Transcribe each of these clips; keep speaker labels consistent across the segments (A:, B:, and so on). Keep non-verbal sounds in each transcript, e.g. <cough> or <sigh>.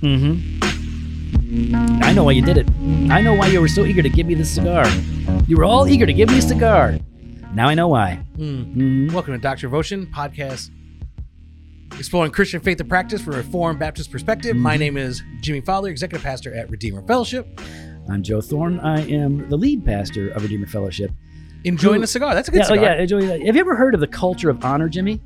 A: Mm-hmm. I know why you did it. I know why you were so eager to give me this cigar. You were all eager to give me a cigar. Now I know why.
B: Mm.
A: Mm.
B: Welcome to Dr. Devotion Podcast, exploring Christian faith and practice from a Reformed Baptist perspective. My
A: Mm-hmm.
B: name is Jimmy Fowler, Executive Pastor at Redeemer Fellowship.
A: I'm Joe Thorne. I am the lead pastor of Redeemer Fellowship.
B: Enjoying a cigar. That's a good
A: Yeah, oh,
B: cigar.
A: yeah. Joey, Have you ever heard of the culture of honor,
B: <laughs>
A: Jimmy?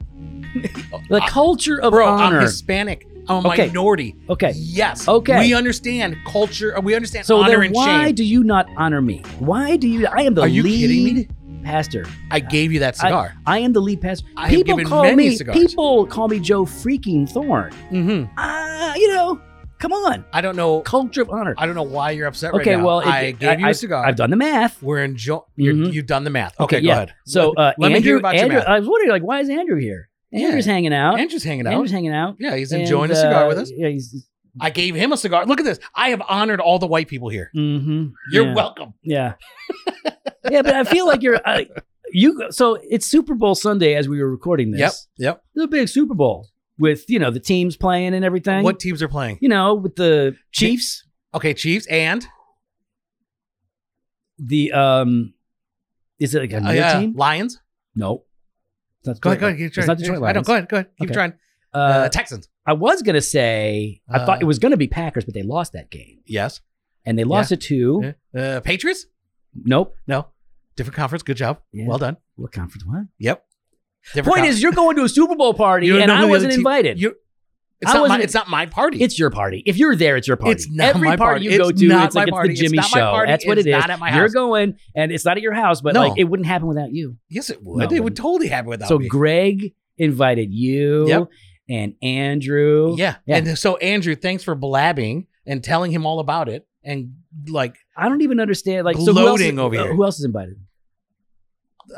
A: The culture of
B: Bro,
A: honor.
B: I'm Hispanic. I'm a
A: Okay.
B: minority.
A: Okay.
B: Yes.
A: Okay.
B: We understand culture. We understand
A: So
B: honor
A: then
B: and
A: why
B: shame.
A: do you not honor me? Why do you? I am the
B: Are you
A: lead
B: kidding me?
A: pastor.
B: I gave you that cigar.
A: I am the lead pastor.
B: I have
A: people
B: given
A: call
B: many
A: me.
B: cigars.
A: People call me Joe freaking Thorne.
B: mm-hmm.
A: Ah, you know, come on.
B: I don't know.
A: Culture of honor.
B: I don't know why you're upset
A: okay,
B: right now.
A: well, it-
B: I gave you a
A: I've-
B: cigar.
A: I've done the math.
B: We're enjoying. you're
A: Mhm.
B: You've done the math. Okay, go
A: yeah.
B: ahead.
A: So uh,
B: Let me
A: Andrew,
B: hear about your
A: Andrew-
B: math.
A: I was wondering, like, why is Andrew here?
B: Yeah.
A: Andrew's hanging out.
B: Andrew's hanging out.
A: Andrew's hanging out.
B: yeah, he's
A: and,
B: enjoying a cigar
A: uh,
B: with us.
A: Yeah, he's.
B: I gave him a cigar. Look at this. I have honored all the white people here.
A: Mm-hmm.
B: You're
A: yeah.
B: welcome. <laughs>
A: Yeah. yeah, but I feel like you're. I, you so it's Super Bowl Sunday as we were recording this.
B: Yep.
A: the big Super Bowl with you know the teams playing and everything.
B: What teams are playing?
A: you know with the Chiefs,
B: Okay, Chiefs and
A: the um, is it like
B: uh,
A: another
B: yeah,
A: team?
B: Lions.
A: No, It's not
B: Go
A: Detroit
B: ahead, go ahead.
A: Lions.
B: Keep
A: It's
B: trying.
A: not Detroit Lions.
B: I don't. Go ahead. Go ahead. Keep
A: Okay.
B: trying.
A: Uh,
B: Uh, Texans.
A: I was gonna say I
B: uh,
A: thought it was gonna be Packers, but they lost that game
B: Yes.
A: and they lost it to
B: Uh, Patriots.
A: nope.
B: No. Different conference. Good job.
A: Yeah.
B: Well done.
A: What conference? What
B: Yep. Different
A: point
B: con-
A: is you're going to a Super Bowl party
B: You don't
A: and
B: know who
A: I
B: the
A: wasn't
B: other team-
A: invited.
B: you. It's
A: I
B: not, my,
A: wasn't-
B: it's not my party.
A: it's your party. If you're there, it's your party.
B: It's not
A: Every
B: my
A: party
B: party.
A: you
B: It's
A: go to,
B: not
A: it's like
B: my
A: it's
B: party.
A: the
B: It's
A: Jimmy
B: not my
A: show.
B: party.
A: That's what
B: It's
A: it is.
B: not at my
A: You're
B: house.
A: going, and it's not at your house, but
B: No.
A: like it wouldn't happen without you.
B: yes, it
A: No,
B: would.
A: it
B: it would
A: wouldn't.
B: totally happen without
A: So
B: me.
A: Greg invited you
B: Yep.
A: and Andrew.
B: Yeah.
A: Yeah.
B: And so Andrew, thanks for blabbing and telling him all about it. And like,
A: I don't even understand. Like, so who else,
B: Gloating over
A: uh,
B: here.
A: Who else is invited?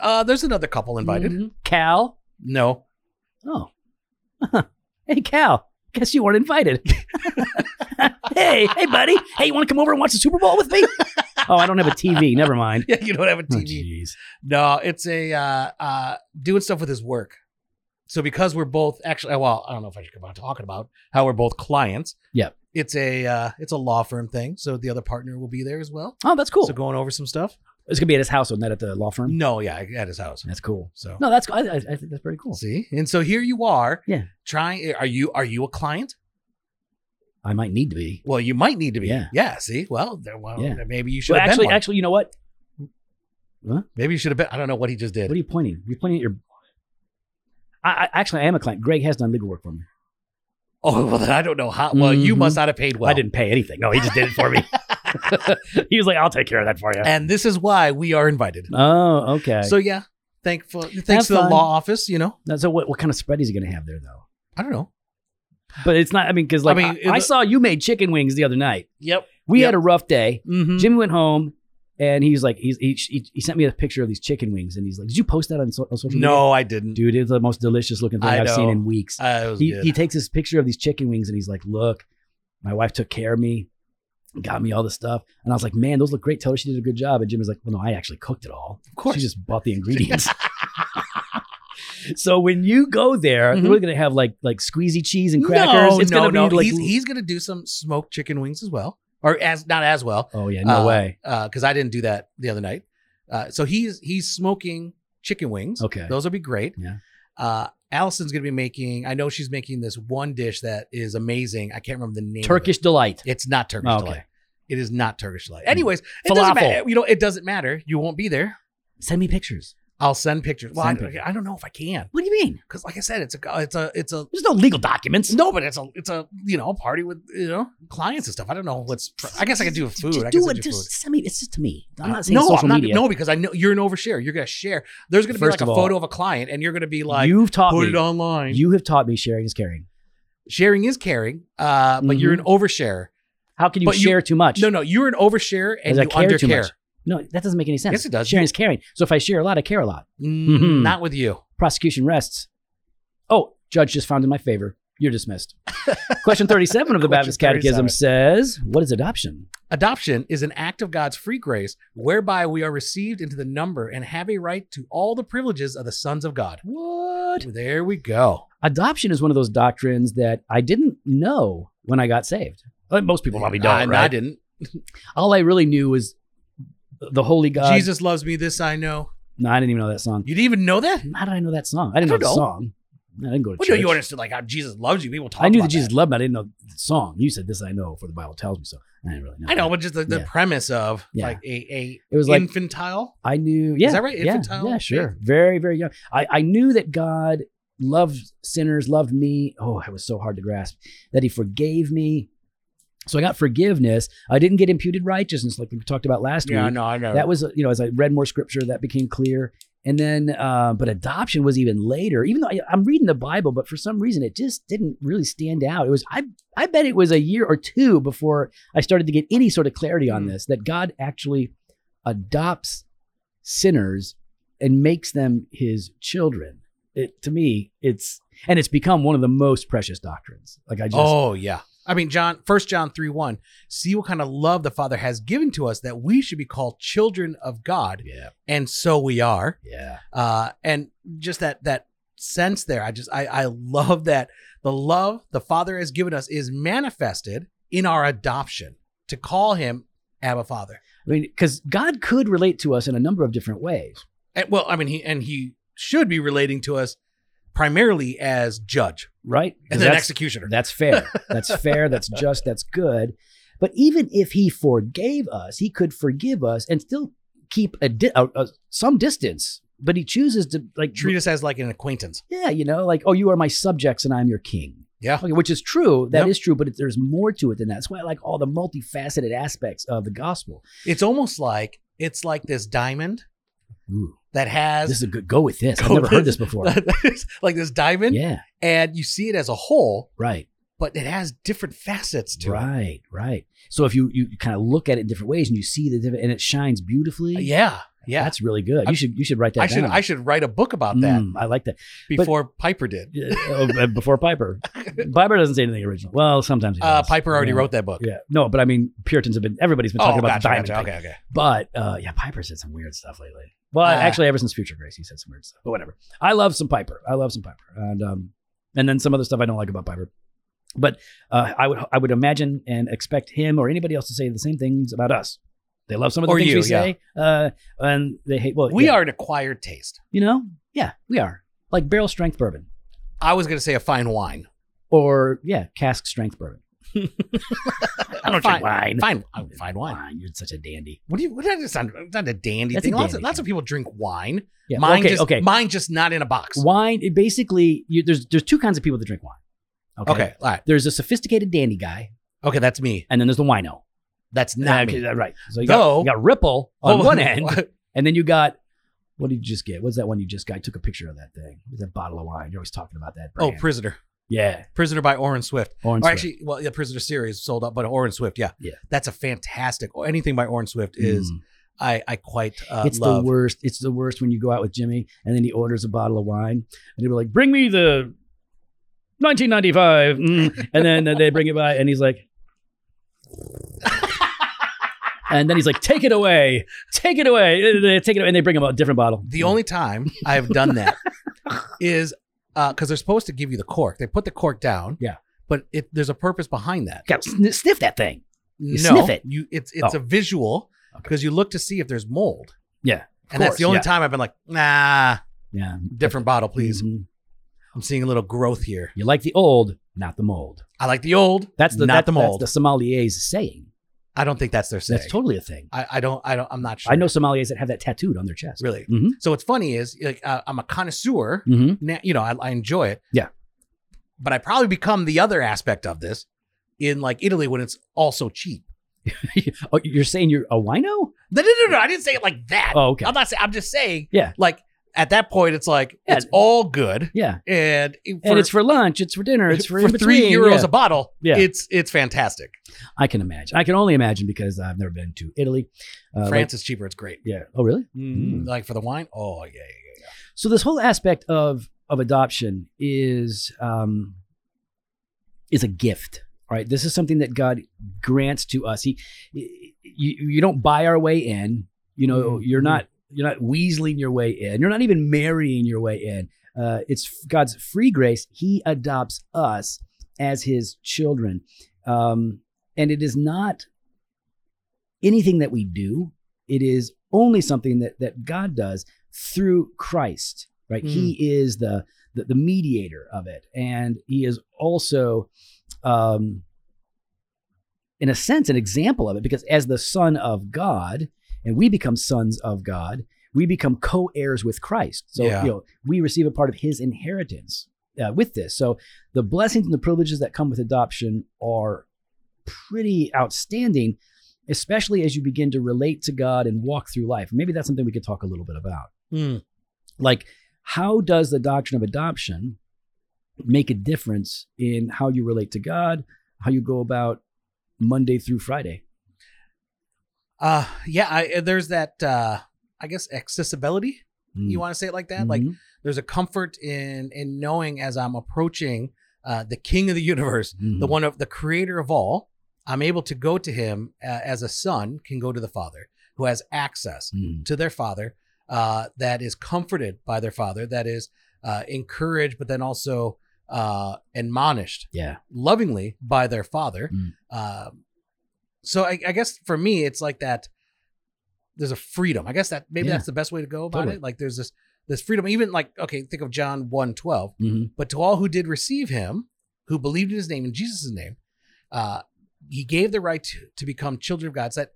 B: uh, there's another couple invited.
A: Mhm. Cal.
B: No. <laughs>
A: Oh. <laughs> hey, Cal. Guess you weren't invited. <laughs> hey, hey, buddy. Hey, you want to come over and watch the Super Bowl with
B: <laughs>
A: me? oh, I don't have a TV. Never mind.
B: Yeah, you don't have a
A: Oh,
B: TV.
A: Jeez.
B: no, it's a uh, uh, doing stuff with his work. So because we're both actually, uh, well, I don't know if I should come on talking about how we're both clients.
A: Yep.
B: It's a uh, it's a law firm thing. So the other partner will be there as well.
A: oh, that's cool. Um,
B: So Mm. going over some stuff.
A: it's gonna be at his house, or not at the law firm.
B: No, yeah, at his house.
A: That's cool.
B: So
A: No, that's I, I, I think that's pretty cool.
B: see, and so here you are.
A: Yeah.
B: Trying. eh, Are you are you a client?
A: I might need to be.
B: Well, you might need to be.
A: Yeah.
B: Yeah. See. Well, there, well
A: Yeah.
B: maybe you should
A: Well,
B: have
A: actually,
B: been one.
A: actually, you know what?
B: Maybe you should have been. I don't know what he just did.
A: What are you pointing? You're pointing at your. I, I actually I am a client. Greg has done legal work for me.
B: <laughs> oh well, then I don't know how. Well, you
A: Mhm.
B: must not have paid well.
A: I didn't pay anything. No, he just did it for
B: <laughs>
A: me. <laughs> he was like, "I'll take care of that for you."
B: And this is why we are invited.
A: Oh, okay. So,
B: So yeah, thankful. Thanks to the
A: fun.
B: law office. You know,
A: so what, what kind of spread is he going to have there though?
B: I don't know.
A: But it's not. I mean, because
B: I
A: like I,
B: mean, it-
A: I saw you made chicken wings the other night.
B: Yep.
A: We
B: Yep.
A: had a rough day.
B: hmm
A: Jimmy went home, and he's like, he's, he he he sent me a picture of these chicken wings, and he's like, "Did you post that on, so- on social media?"
B: No, I didn't.
A: dude, it's the most delicious looking thing
B: I
A: I've seen
B: know.
A: in weeks.
B: I was
A: he,
B: good.
A: he takes this picture of these chicken wings and he's like, look, my wife took care of me, got me all this stuff. And I was like, man, those look great. Tell her she did a good job. And Jim was like, well, no, I actually cooked it all.
B: of course.
A: She just bought the <laughs> ingredients. so when you go there, we're going to have like like squeezy cheese and crackers.
B: No,
A: it's
B: no,
A: going to
B: no.
A: be like,
B: he's he's gonna do some smoked chicken wings as well, or as not as well,
A: oh yeah, no
B: Uh,
A: way.
B: because I didn't do that the other night. Uh, so he's he's smoking chicken wings.
A: Okay.
B: Those will be great.
A: Yeah.
B: Uh, Allison's gonna be making. I know she's making this one dish that is amazing. I can't remember the name. of it.
A: Turkish delight.
B: It's not Turkish
A: Oh, okay. Mm-hmm.
B: delight. It is not Turkish delight. Anyways, it doesn't
A: Falafel.
B: matter. You know, it doesn't matter. You won't be there.
A: Send me pictures.
B: I'll send pictures. Well,
A: Send
B: I,
A: pictures.
B: I don't know if I can
A: What do you mean?
B: because, like I said, it's a it's a it's a
A: There's no legal documents.
B: no, but it's a it's a you know a party with you know clients and stuff. I don't know what's. I guess I could do
A: Just-
B: food.
A: Just
B: I guess
A: do
B: I
A: it.
B: could do
A: Just
B: food.
A: send me. It's just to me. I'm
B: Uh,
A: not saying
B: no,
A: social
B: I'm not,
A: media.
B: No, because I know you're an overshare. You're gonna share. There's gonna be
A: First
B: like a
A: of all,
B: photo of a client, and you're gonna be like,
A: You've taught
B: put
A: me.
B: it online.
A: You have taught me sharing is caring.
B: sharing is caring, uh, but you're an
A: Mm-hmm.
B: overshare.
A: How can you
B: But you-
A: share too much?
B: No, no, you're an overshare and
A: Because I
B: you
A: care too
B: undercare.
A: much. No, that doesn't make any sense.
B: Yes, it does.
A: Sharing is caring. So if I share a lot, I care a lot.
B: Mm,
A: Mhm.
B: Not with you.
A: Prosecution rests. Oh, judge just found in my favor. You're
B: <laughs>
A: dismissed. Question 37 of the
B: Question
A: Baptist Catechism
B: 37.
A: says, What is adoption?
B: Adoption is an act of God's free grace whereby we are received into the number and have a right to all the privileges of the sons of God.
A: What?
B: There we go.
A: Adoption is one of those doctrines that I didn't know when I got saved. Like, most people probably don't,
B: I, I
A: right?
B: didn't.
A: All I really knew was the Holy God.
B: Jesus loves me, this I know.
A: No, I didn't even know that song.
B: You didn't even know that?
A: How did I know that song? I didn't
B: I
A: know the
B: don't know.
A: song. I didn't go to
B: Well,
A: church.
B: no, you understood like how Jesus loves you. People talk
A: I knew
B: about
A: that Jesus
B: that.
A: loved me. I didn't know the song. You said this I know, for the Bible tells me so. I didn't really know.
B: I know, but just the, the
A: Yeah.
B: premise of
A: Yeah.
B: like a,
A: It was
B: a
A: like
B: infantile.
A: I knew. Yeah,
B: that right?
A: Yeah,
B: Infantile
A: yeah, sure. Very, very young. I, I knew that God loved sinners, loved me. Oh, it was so hard to grasp that He forgave me. So I got forgiveness. I didn't get imputed righteousness like we talked about last week.
B: no, I know.
A: That was, you know, as I read more scripture, that became clear. And then, uh, but adoption was even later. Even though I, I'm reading the Bible, but for some reason, it just didn't really stand out. It was I, I bet it was a year or two before I started to get any sort of clarity on
B: Hmm.
A: this that God actually adopts sinners and makes them His children. It to me, it's and it's become one of the most precious doctrines. Like I just,
B: oh yeah. I mean, John, First John three one. See what kind of love the Father has given to us that we should be called children of God,
A: yeah,
B: and so we are.
A: yeah,
B: Uh, and just that that sense there, I just I I love that the love the Father has given us is manifested in our adoption to call Him Abba Father.
A: I mean, because God could relate to us in a number of different ways.
B: And, well, I mean, he and he should be relating to us primarily as judge
A: right?
B: and
A: 'Cause
B: then
A: that's,
B: executioner.
A: that's fair.
B: <laughs>
A: That's fair. That's just. That's good. But even if he forgave us, he could forgive us and still keep a, di- a, a some distance. But he chooses to like
B: Treat us as like an acquaintance.
A: Yeah, you know, like oh, you are my subjects and I'm your king.
B: Yeah.
A: Okay, which is true. That is
B: Yep.
A: true. But it, there's more to it than that. That's why I like all the multifaceted aspects of the gospel.
B: It's almost like it's like this diamond
A: Ooh,
B: that
A: this
B: <laughs> has
A: is a good go with this. I've
B: Go
A: never heard
B: with-
A: this before.
B: like this diamond,
A: yeah.
B: and you see it as a whole,
A: Right.
B: but it has different facets to
A: Right. Right. So if you you kind of look at it in different ways and you see the different and it shines beautifully.
B: it. Yeah, yeah.
A: That's really good.
B: I-
A: You should you should write that
B: I should
A: down.
B: I should write a book about that
A: Mm, I like that.
B: before Piper did.
A: Yeah, oh, before
B: <laughs>
A: Piper, Piper doesn't say anything original. Well, sometimes he
B: Uh,
A: does.
B: Piper already
A: Yeah.
B: wrote that book.
A: Yeah, no, but I mean, Puritans have been. Everybody's been talking
B: Oh,
A: about
B: gotcha,
A: the diamond.
B: gotcha.
A: thing.
B: Okay, okay.
A: But uh, yeah, Piper said some weird stuff lately. Well,
B: Ah.
A: actually, ever since Future Grace, he said some weird stuff. But whatever. I love some Piper. I love some Piper, and um, and then some other stuff I don't like about Piper. But uh, I would I would imagine and expect him or anybody else to say the same things about us. They love some of the
B: Or
A: things
B: you,
A: we say, uh, and they hate. Well,
B: We
A: yeah,
B: are an acquired taste.
A: you know, yeah, we are like barrel strength bourbon.
B: I was going to say a fine wine.
A: or yeah, cask strength bourbon. I don't
B: Fine.
A: drink wine.
B: Fine, uh, fine wine.
A: Wine, You're such a dandy.
B: What do you? What, that's not, that's not a dandy
A: That's a
B: thing. lots, of,
A: dandy
B: lots
A: thing.
B: of people drink wine.
A: Yeah.
B: Mine
A: okay.
B: just,
A: okay.
B: Mine just not in a box.
A: Wine. It basically, you, there's there's two kinds of people that drink wine. Okay.
B: Okay. All right.
A: There's a sophisticated dandy guy,
B: Okay. That's me.
A: and then there's the wino.
B: That's not
A: okay,
B: me.
A: that- right. So you
B: Though-
A: got, you got <laughs> Ripple on
B: Oh, <laughs>
A: one end, and then you got what did you just get? What's that one you just got? I took a picture of that thing. It was that bottle of wine. You're always talking about that.
B: Oh,
A: Brand.
B: Prisoner.
A: yeah.
B: Prisoner by Orrin Swift.
A: Orange.
B: or
A: Swift.
B: actually, well, the Prisoner series sold out, but Orrin Swift, yeah.
A: Yeah.
B: That's a fantastic, or anything by Orrin Swift is,
A: Mm.
B: I, I quite uh,
A: it's
B: love.
A: the worst. It's the worst when you go out with Jimmy and then he orders a bottle of wine and he'll be like, "Bring me the 1995," mm. and then they bring it by and he's
B: <laughs>
A: like, and then he's like, "Take it away, take it away, Uh, they take it," away. and they bring him a different bottle.
B: The only time I have
A: <laughs>
B: done that is because they're supposed to give you the cork. They put the cork down.
A: Yeah.
B: But it, there's a purpose behind that.
A: Got sn- sniff that thing.
B: You
A: sniff it.
B: You, it's it's
A: Oh.
B: a visual
A: Okay.
B: because you look to see if there's mold.
A: Yeah,
B: And that's
A: course,
B: the only
A: yeah.
B: time I've been like, nah,
A: Yeah,
B: different bottle, please.
A: Mhm.
B: I'm seeing a little growth here.
A: You like the old, not the mold.
B: I like the old.
A: That's the
B: not
A: that-
B: the mold.
A: That's the sommelier's saying.
B: I don't think that's their saying.
A: That's totally a thing.
B: I, I don't. I don't. I'm not sure.
A: I know sommeliers that have that tattooed on their chest.
B: Really.
A: Mhm.
B: So what's funny is like uh, I'm a connoisseur.
A: Mm-hmm.
B: Now, you know, I, I enjoy it.
A: Yeah.
B: But I probably become the other aspect of this in like Italy when it's also cheap.
A: <laughs> oh, you're saying you're a wino?
B: No, no, no, no. I didn't say it like that.
A: Oh, okay.
B: I'm not saying. I'm just saying.
A: Yeah.
B: Like at that point, it's like
A: Yeah.
B: it's all good,
A: Yeah.
B: and it-
A: and it's for lunch, it's for dinner,
B: <laughs>
A: it's for, in
B: three
A: between,
B: euros
A: yeah.
B: a bottle.
A: Yeah.
B: It's it's fantastic.
A: I can imagine. I can only imagine because I've never been to Italy. Uh,
B: France is cheaper. It's great.
A: like- yeah. Oh, really? Mm.
B: Like for the wine. Oh yeah. yeah, yeah.
A: So this whole aspect of of adoption is um, is a gift. All right, this is something that God grants to us. He, you, you don't buy our way in. You know,
B: Mhm.
A: you're not you're not weaseling your way in. You're not even marrying your way in. Uh, it's f- God's free grace. He adopts us as His children, um, and it is not anything that we do. It is only something that that God does through Christ. Right? He is the, the the mediator of it, and He is also um, in a sense, an example of it because as the Son of God, and we become sons of God, we become co heirs with Christ. So,
B: Yeah.
A: you know, we receive a part of his inheritance uh, with this. So, the blessings and the privileges that come with adoption are pretty outstanding, especially as you begin to relate to God and walk through life. Maybe that's something we could talk a little bit about
B: Mm.
A: like how does the doctrine of adoption make a difference in how you relate to god how you go about monday through friday
B: Uh, yeah, I, there's that, uh, I guess, accessibility.
A: Mm.
B: You want to say it like that? Like,
A: Mhm.
B: there's a comfort in in knowing as I'm approaching uh, the King of the universe,
A: Mhm.
B: the one of the Creator of all. I'm able to go to Him uh, as a son can go to the Father, who has access
A: Mhm.
B: to their Father, uh, that is comforted by their Father, that is uh, encouraged, but then also uh, admonished
A: yeah
B: lovingly by their Father.
A: Mm.
B: Um, so I, I guess for me, it's like that. There's a freedom. I guess that maybe
A: Yeah.
B: that's the best way to go about
A: Totally.
B: it. Like there's this this freedom. Even like okay, think of John 1, 12.
A: Mhm.
B: But to all who did receive him, who believed in his name, in Jesus' name, uh, he gave the right to, to become children of God. So, that,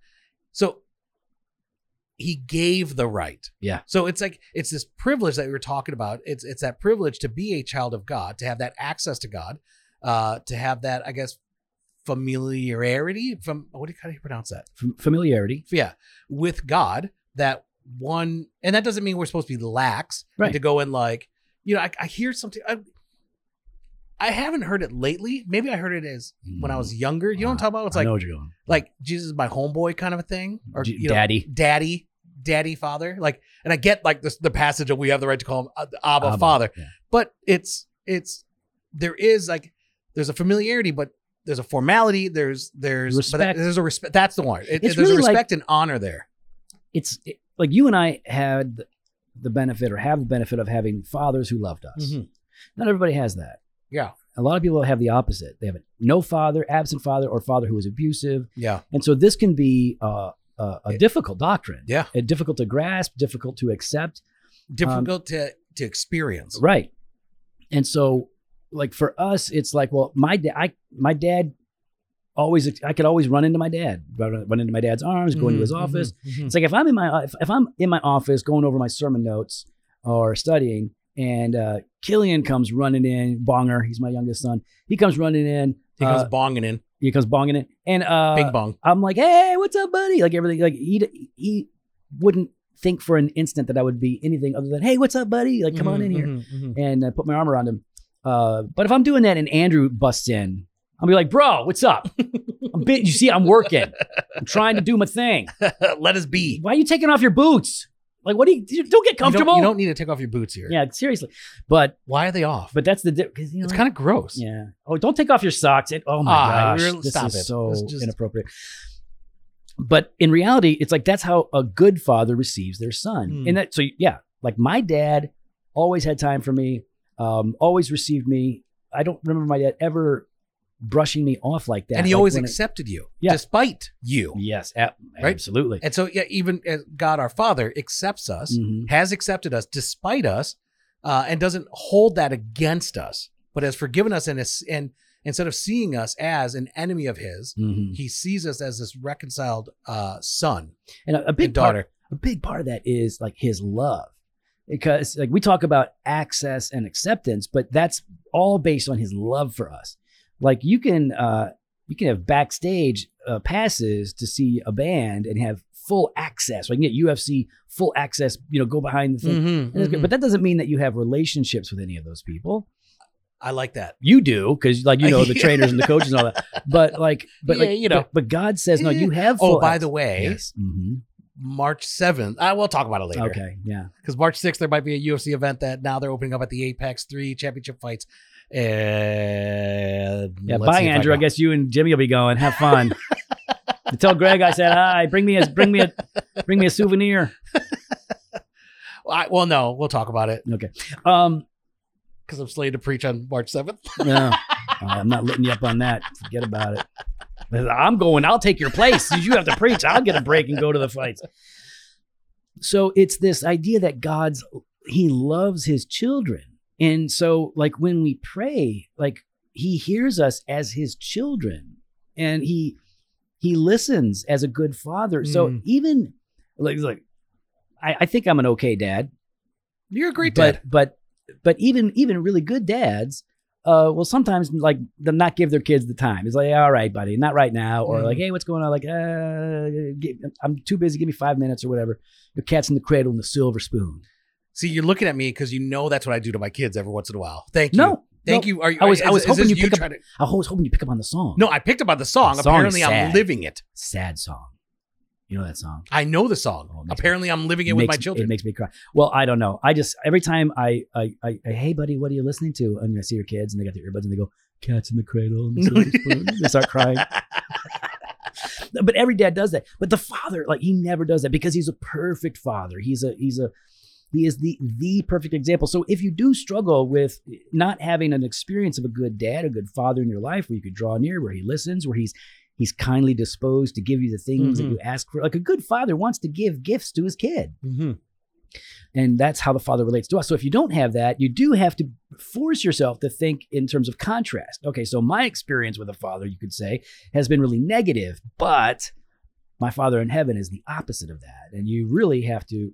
B: so he gave the right.
A: Yeah.
B: So it's like it's this privilege that we were talking about. It's it's that privilege to be a child of God, to have that access to God, uh, to have that, I guess, familiarity from what do you how do you pronounce that?
A: F- familiarity
B: yeah, with God that one, and that doesn't mean we're supposed to be lax and
A: Right.
B: to go and like, you know, I, I hear something. I, I haven't heard it lately. Maybe I heard it as when I was younger. You know what I'm talking about? It's
A: Mm-hmm. Mm. I
B: like
A: know what you're going.
B: like Jesus is my homeboy kind of a thing, or
A: J-
B: you know,
A: daddy
B: daddy, daddy, father. Like, and I get like this the passage of we have the right to call him uh, Abba,
A: Abba.
B: Father,
A: Yeah.
B: but it's it's there is like there's a familiarity, but there's a formality. There's there's but that-
A: Respect.
B: there's a respect. That's the one. It,
A: It's
B: there's a
A: really like-
B: respect and honor there.
A: it's it- like you and i had the benefit or have the benefit of having fathers who loved us
B: Mhm.
A: not everybody has that
B: Yeah.
A: a lot of people have the opposite they have no father absent father or father who was abusive
B: Yeah.
A: And so this can be uh, a, a difficult doctrine.
B: Yeah.
A: And difficult to grasp, difficult to accept.
B: Difficult to, to experience.
A: Right. And so, like for us, it's like, well, my dad, I, my dad always, I could always run into my dad, run run into my dad's arms, go into his
B: Mhm,
A: office.
B: mhm, mhm.
A: It's like if I'm in my if, if I'm in my office going over my sermon notes or studying, and uh, Killian comes running in, Bonger, he's my youngest son. He comes running in.
B: He comes
A: uh,
B: bonging in.
A: he comes bonging in, and uh,
B: Bing bong.
A: I'm like, hey, what's up, buddy? Like everything, like he he wouldn't think for an instant that I would be anything other than, hey, what's up, buddy? Like, come on
B: Mhm,
A: in here,
B: mhm, mhm.
A: and I put my arm around him. Uh, but if I'm doing that and Andrew busts in, I'll be like, bro, what's <laughs> up? I'm bit. You see, I'm working. I'm trying to do my thing. <laughs>
B: mm-hmm. Let us be.
A: Why are you taking off your boots? Like, what do you? you don't get
B: You don't-
A: comfortable.
B: You don't, need to take off your boots here.
A: yeah, seriously. But
B: Why are they off?
A: but that's the difference. You know,
B: it's kind of gross.
A: yeah. Oh, don't take off your socks. It, oh my
B: Ah,
A: gosh,
B: really-
A: this
B: stop
A: is
B: it.
A: so
B: It's just-
A: inappropriate. But in reality, it's like that's how a good father receives their son.
B: Hmm.
A: And that so yeah, like my dad always had time for me, um, always received me. I don't remember my dad ever brushing me off like that.
B: and he
A: Like,
B: always
A: when I-
B: accepted you
A: Yeah.
B: despite you.
A: Yes, a-
B: Right?
A: absolutely.
B: And so, yeah, even as God our Father accepts us,
A: Mhm.
B: has accepted us despite us, uh, and doesn't hold that against us, but has forgiven us and, is, and instead of seeing us as an enemy of His,
A: Mhm.
B: He sees us as this reconciled uh, son
A: And a, a big
B: and
A: daughter.
B: daughter.
A: a big part of that is like his love because like we talk about access and acceptance but that's all based on his love for us like you can uh you can have backstage uh, passes to see a band and have full access like you can get ufc full access you know go behind the thing Mm-hmm.
B: Mm-hmm.
A: And that's good. but that doesn't mean that you have relationships with any of those people
B: I like that.
A: you do because like
B: <laughs>
A: you know the trainers and the coaches and all that but like but
B: Yeah,
A: like
B: you know.
A: but, but god says no you have full
B: Oh, by
A: ac-
B: the way,
A: yes. Mhm.
B: March 7th. I will talk about it later.
A: Okay. Yeah.
B: Because March 6th, there might be a UFC event that now they're opening up at the Apex 3 championship fights. And
A: Yeah.
B: let's
A: bye,
B: see if
A: Andrew. I,
B: got-
A: guess you and Jimmy will be going. Have
B: <laughs>
A: fun. Tell Greg I said hi. Bring me a bring me a bring me a souvenir.
B: I, well, no, we'll talk about it
A: Um,
B: because I'm slated to preach on March
A: <laughs>
B: 7th.
A: no, I'm not letting you up on that. Forget about it. I'm going. I'll take your place. You have to preach. I'll get a break and go to the fights. So it's this idea that God's He loves His children, and so like when we pray, like He hears us as His children, and He He listens as a good father. So
B: Mm.
A: even like like I, I think I'm an okay dad
B: You're a great
A: but
B: dad.
A: but but even even really good dads uh will sometimes like them not give their kids the time it's like all right buddy not right now or
B: Mm.
A: like hey what's going on like uh gi- i'm too busy give me five minutes or whatever the cat's in the cradle and the silver spoon
B: See, you're looking at me because you know that's what I do to my kids every once in a while. Thank you.
A: no
B: Thank
A: no.
B: you. Are you?
A: I was-
B: is-
A: I was
B: is
A: hoping you
B: this
A: pick up-
B: trying to-
A: i was hoping you pick up on the song
B: No, I picked up on the song.
A: The song is
B: Apparently, I'm
A: sad.
B: living it.
A: sad song you know that song
B: I know the song.
A: Oh, it makes-
B: Apparently, I'm living it with
A: makes-
B: my children.
A: It makes me cry. Well, I don't know. I just every time I I, I, I hey buddy, what are you listening to? And I see your kids and they got their earbuds and they go, Cats in the cradle and the
B: <laughs>
A: silver spoon. they start crying. but every dad does that. But the father, like he never does that because he's a perfect father. He's a he's a he is the the perfect example. So if you do struggle with not having an experience of a good dad, a good father in your life where you could draw near, where he listens, where he's he's kindly disposed to give you the things
B: Mhm.
A: that you ask for. Like a good father wants to give gifts to his kid.
B: Mhm.
A: And that's how the father relates to us. So if you don't have that, you do have to force yourself to think in terms of contrast. Okay, so my experience with a father, you could say, has been really negative, but my father in heaven is the opposite of that. And you really have to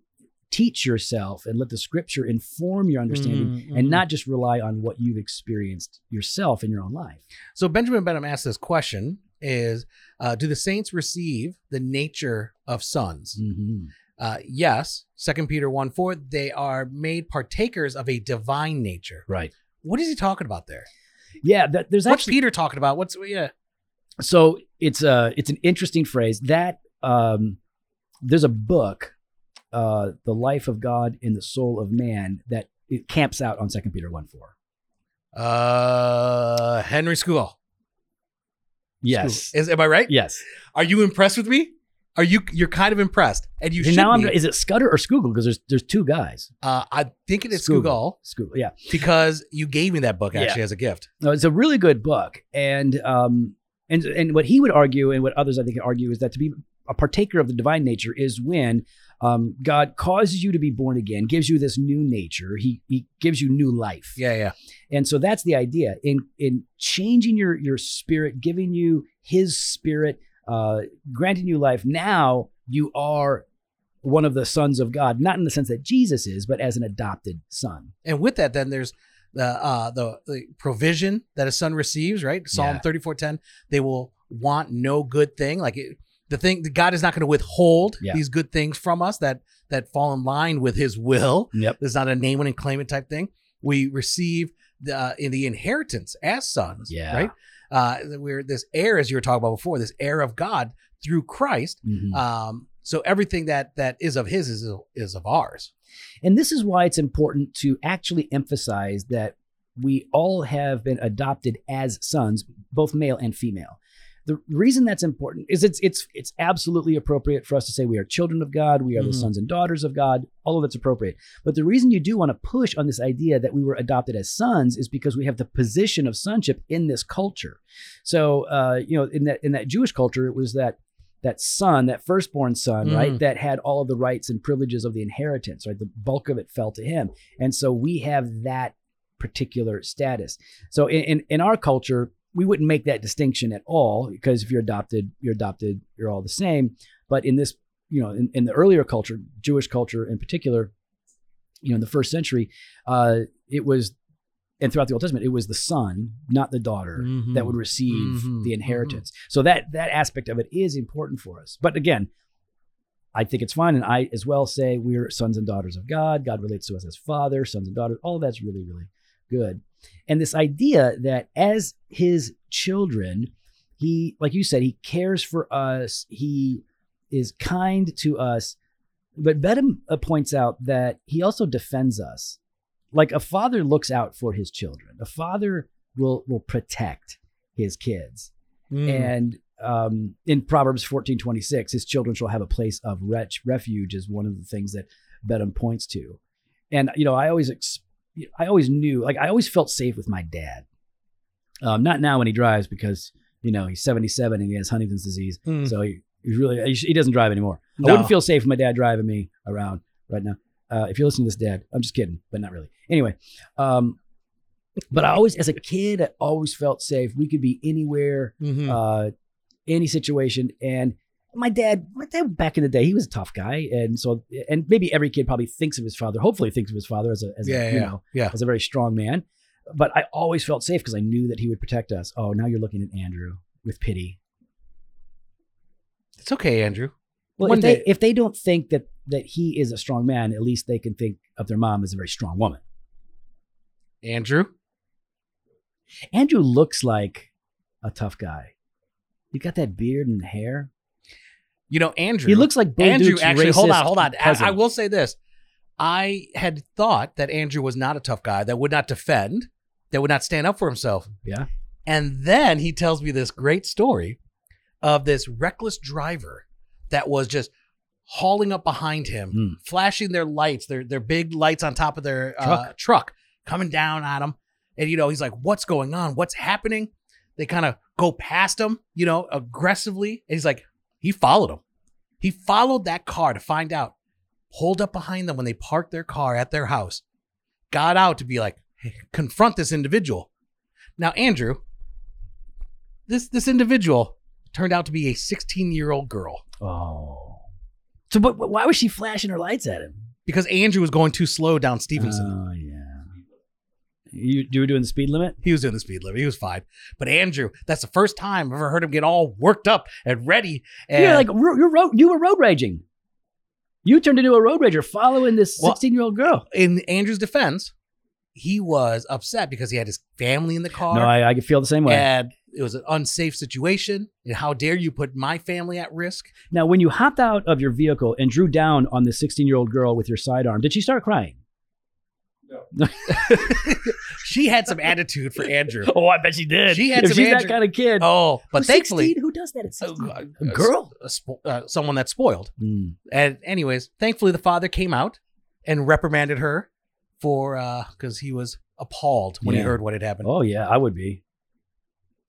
A: teach yourself and let the scripture inform your understanding
B: Mhm,
A: and
B: mhm.
A: not just rely on what you've experienced yourself in your own life.
B: So Benjamin Benham asked this question: Is uh, do the saints receive the nature of sons?
A: Mhm.
B: Uh, yes. Second Peter one four. They are made partakers of a divine nature.
A: Right.
B: What is he talking about there?
A: Yeah, that, there's
B: What's
A: actually
B: Peter talking about? What's yeah?
A: so it's a it's an interesting phrase that um there's a book uh the life of god in the soul of man that it camps out on second peter 1 4
B: Uh, Henry School.
A: yes
B: Is am I right?
A: yes
B: Are you impressed with me? Are you? You're kind of impressed, and you
A: and
B: should
A: now i'm
B: be.
A: is it scudder or scoogle because there's there's two guys
B: Uh, I think it is
A: Scoogle.
B: Google
A: scoogle yeah
B: because you gave me that book actually as a gift.
A: No, it's a really good book, and um, and and what he would argue, and what others I think argue, is that to be a partaker of the divine nature is when um, God causes you to be born again, gives you this new nature. He he gives you new life,
B: Yeah, yeah.
A: and so that's the idea in in changing your your spirit, giving you His spirit, uh, granting you life. Now you are one of the sons of God, not in the sense that Jesus is, but as an adopted son.
B: And with that, then there's the uh, the, the provision that a son receives, right? Psalm
A: Yeah.
B: thirty four ten. They will want no good thing. Like it, the thing, that God is not going to withhold
A: Yeah.
B: these good things from us that that fall in line with His will.
A: Yep.
B: It's not a name it and claim it type thing. We receive the uh, in the inheritance as sons,
A: Yeah.
B: right? Uh, we're this heir, as you were talking about before, this heir of God through Christ.
A: Hmm.
B: Um, so everything that that is of His is is of ours.
A: And this is why it's important to actually emphasize that we all have been adopted as sons, both male and female. The reason that's important is it's it's it's absolutely appropriate for us to say we are children of God, we are
B: Mhm.
A: the sons and daughters of God, all of that's appropriate. But the reason you do want to push on this idea that we were adopted as sons is because we have the position of sonship in this culture. So uh, you know, in that in that Jewish culture, it was that that son, that firstborn son,
B: Mhm.
A: right, that had all of the rights and privileges of the inheritance, right? The bulk of it fell to him. And so we have that particular status. So in, in, in our culture, we wouldn't make that distinction at all because if you're adopted, you're adopted, you're all the same. But in this, you know, in, in the earlier culture, Jewish culture in particular, you know, in the first century, uh, it was, and throughout the Old Testament, it was the son, not the daughter, that would receive
B: Mhm.
A: the inheritance. So that that aspect of it is important for us. But again, I think it's fine, and I as well say we're sons and daughters of God. God relates to us as Father, sons and daughters. All that's really really good. And this idea that as His children, He, like you said, He cares for us. He is kind to us. But Bedham uh, points out that he also defends us. Like a father looks out for his children. A father will will protect his kids.
B: Mm-hmm. Hmm.
A: And um, in Proverbs fourteen twenty six, his children shall have a place of wretch refuge is one of the things that Bedham points to. And you know, I always ex- I always knew, like I always felt safe with my dad. Um, not now when he drives because you know he's seventy seven and he has Huntington's disease,
B: Mm.
A: so he, he's really he doesn't drive anymore. I
B: No.
A: wouldn't feel safe with my dad driving me around right now. Uh, if you're listening to this, Dad, I'm just kidding, but not really. Anyway, um, but I always, as a kid, I always felt safe. We could be anywhere
B: Mhm.
A: uh, any situation. And my dad, my dad back in the day, he was a tough guy, and so and maybe every kid probably thinks of his father, hopefully thinks of his father as a as
B: yeah,
A: a,
B: yeah,
A: you know
B: yeah.
A: as a very strong man. But I always felt safe because I knew that he would protect us. Oh, now you're looking at Andrew with pity.
B: It's okay, Andrew.
A: Well,
B: One
A: if they
B: day-
A: if they don't think that that he is a strong man, at least they can think of their mom as a very strong woman.
B: Andrew.
A: Andrew looks like a tough guy. You got that beard and hair.
B: You know, Andrew.
A: He looks like Bill
B: Andrew.
A: Duke's
B: Actually, hold
A: racist
B: on, hold on. I,
A: cousin.
B: I will say this: I had thought that Andrew was not a tough guy that would not defend, that would not stand up for himself.
A: Yeah.
B: And then he tells me this great story of this reckless driver that was just hauling up behind him,
A: Hmm.
B: flashing their lights, their their big lights on top of their Uh, truck coming down on him. And you know, he's like, "What's going on? What's happening?" They kind of go past him, you know, aggressively. And he's like, he followed him. He followed that car to find out. Pulled up behind them when they parked their car at their house. Got out to be like, "Hey, confront this individual. Now, Andrew, this this individual turned out to be a 16 year old girl
A: Oh. So, but, but why was she flashing her lights at him?
B: because Andrew was going too slow down Stevenson.
A: Oh yeah. You you were doing the speed limit?
B: He was doing the speed limit. He was fine. But Andrew, that's the first time I've ever heard him get all worked up and ready. And
A: You're like ro- you're road you were road raging. You turned into a road rager following this
B: Well-
A: sixteen year old girl.
B: in Andrew's defense, he was upset because he had his family in the car.
A: No, I, I could feel the same way.
B: and it was an unsafe situation. And how dare you put my family at risk?
A: now, when you hopped out of your vehicle and drew down on the sixteen year old girl with your sidearm, did she start crying?
B: She had some attitude for
A: <laughs>
B: Andrew.
A: Oh, I bet she did.
B: She had
A: if
B: some
A: she's
B: Andrew-
A: that kind of kid.
B: Oh, but
A: Who's
B: thankfully,
A: 16? who does that at sixteen?
B: Oh, God.
A: a girl.
B: a spo- uh, someone that's spoiled.
A: Mm.
B: And anyways, thankfully the father came out and reprimanded her for because he was appalled when he
A: Yeah.
B: heard what had happened.
A: Oh yeah, I would be.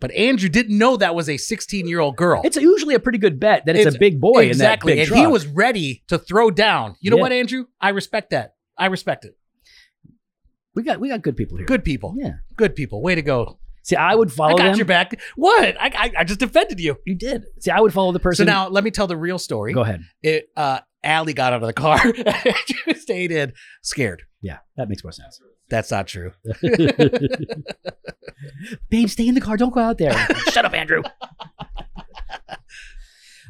B: But Andrew didn't know that was a 16 year old girl.
A: It's usually a pretty good bet that it's,
B: Oh. It's-
A: a big boy
B: exactly,
A: in that big
B: and
A: truck.
B: he was ready to throw down. You know
A: Yeah.
B: what, Andrew? I respect that. I respect it.
A: we got we got good people here.
B: Good people.
A: Yeah.
B: Good people. Way to go.
A: See, I would follow
B: I got
A: them.
B: your back. What? I, I I just defended you.
A: You did. See, I would follow the person.
B: so now let me tell the real story.
A: go ahead.
B: It uh Allie got out of the car. <laughs> Andrew stayed in, scared.
A: Yeah, that makes more sense.
B: That's not true.
A: <laughs> Babe, stay in the car. Don't go out there. <laughs> Shut up, Andrew.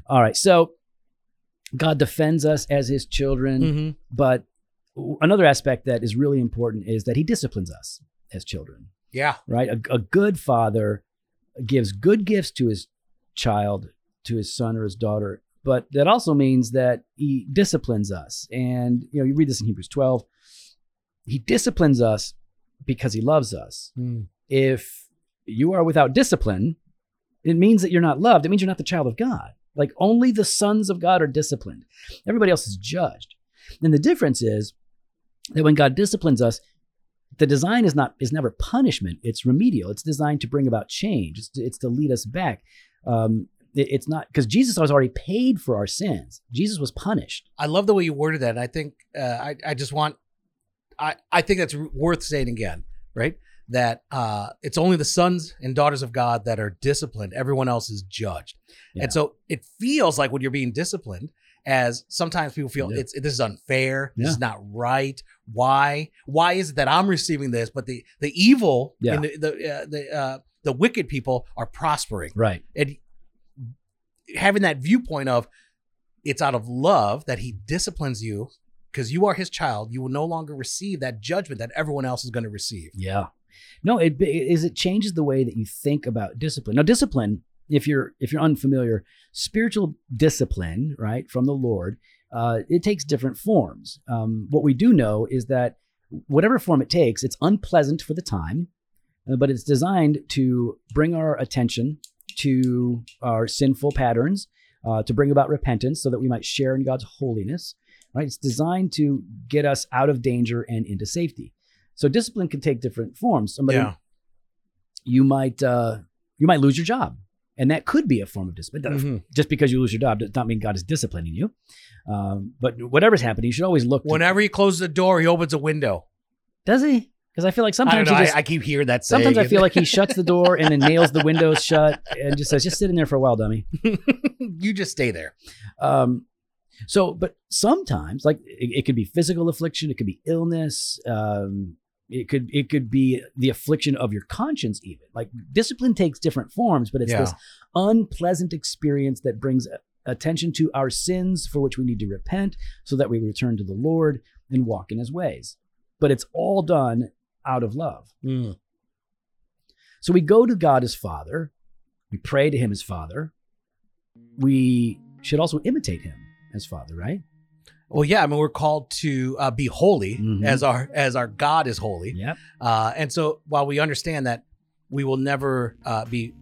A: All right. So God defends us as his children,
B: Mm-hmm.
A: but w- another aspect that is really important is that he disciplines us as children,
B: Yeah.
A: right? A, a good father gives good gifts to his child, to his son or his daughter, but that also means that he disciplines us. And, you know, you read this in Hebrews 12. He disciplines us because he loves us. If you are without discipline, it means that you're not loved. It means you're not the child of God. Like only the sons of God are disciplined, everybody else is judged. And the difference is that when God disciplines us, the design is not is never punishment. It's remedial. It's designed to bring about change. It's to, it's to lead us back. Um, it- it's not because Jesus has already paid for our sins. Jesus was punished.
B: I love the way you worded that. And I think uh, I, I just want, I, I think that's worth saying again, right? That uh, it's only the sons and daughters of God that are disciplined. Everyone else is judged.
A: Yeah.
B: And so it feels like when you're being disciplined, as sometimes people feel
A: Yeah.
B: it's this is unfair, this
A: Yeah.
B: is not right. Why? Why is it that I'm receiving this, but the the evil
A: Yeah.
B: and the the uh, the, uh, the wicked people are prospering?
A: Right.
B: and having that viewpoint of it's out of love that he disciplines you because you are his child you will no longer receive that judgment that everyone else is going to receive
A: Yeah. No, it it is it changes the way that you think about discipline. Now, discipline if you're if you're unfamiliar, spiritual discipline, right, from the Lord, uh, it takes different forms. Um, what we do know is that whatever form it takes, it's unpleasant for the time, uh, but it's designed to bring our attention to our sinful patterns, uh, to bring about repentance, so that we might share in God's holiness. Right? It's designed to get us out of danger and into safety. So discipline can take different forms. Somebody
B: yeah.
A: you might uh, you might lose your job, and that could be a form of discipline.
B: Mhm.
A: Just because you lose your job does not mean God is disciplining you. Um, but whatever's happening, you should always look. to-
B: Whenever he closes the door, he opens a window.
A: does he? Because I feel like sometimes
B: I don't
A: he
B: know.
A: just.
B: I, I keep hearing that. saying.
A: Sometimes I feel like he shuts the door and then nails the windows shut and just says, "Just sit in there for a while, dummy."
B: <laughs> you just stay there.
A: Um, so, but sometimes, like it, it could be physical affliction, it could be illness, um, it could it could be the affliction of your conscience, even. Like discipline takes different forms, but it's
B: Yeah.
A: this unpleasant experience that brings attention to our sins for which we need to repent, so that we return to the Lord and walk in His ways. But it's all done out of love.
B: Mm.
A: So we go to God as Father. We pray to Him as Father. We should also imitate Him as Father, right?
B: Well, yeah. I mean, we're called to uh, be holy
A: Mhm.
B: as our as our God is holy.
A: Yep.
B: Uh, and so while we understand that we will never uh, be,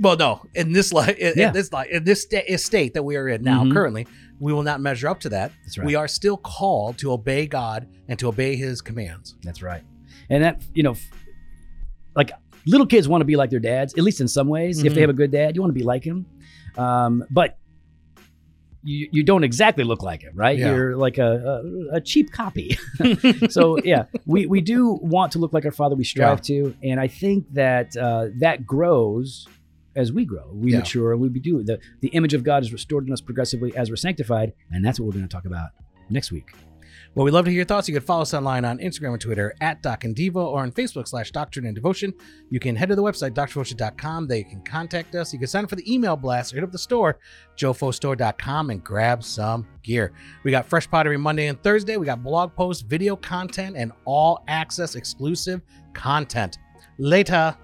B: well, no, in this life, in,
A: Yeah.
B: in this life, in this sta- state that we are in now
A: Mhm.
B: currently, we will not measure up to that.
A: That's right.
B: We are still called to obey God and to obey His commands.
A: That's right. And that, you know, f- like little kids want to be like their dads, at least in some ways. If
B: Mhm.
A: they have a good dad, you want to be like him. Um, but you, you don't exactly look like him, right?
B: Yeah.
A: You're like a, a, a cheap
B: <laughs>
A: copy. <laughs> so yeah, we, we do want to look like our father. We strive to, and I think that uh, that grows as we grow, we
B: Yeah.
A: mature, and we do the the image of God is restored in us progressively as we're sanctified, and that's what we're going to talk about next week.
B: Well, we'd love to hear your thoughts. You can follow us online on Instagram and Twitter at Doc and Devo or on Facebook slash Doctrine and Devotion. You can head to the website, drdevotion.com. They can contact us. You can sign up for the email blast or hit up the store, jofostore.com, and grab some gear. We got Fresh Pot every Monday and Thursday. We got blog posts, video content, and all access exclusive content. Later.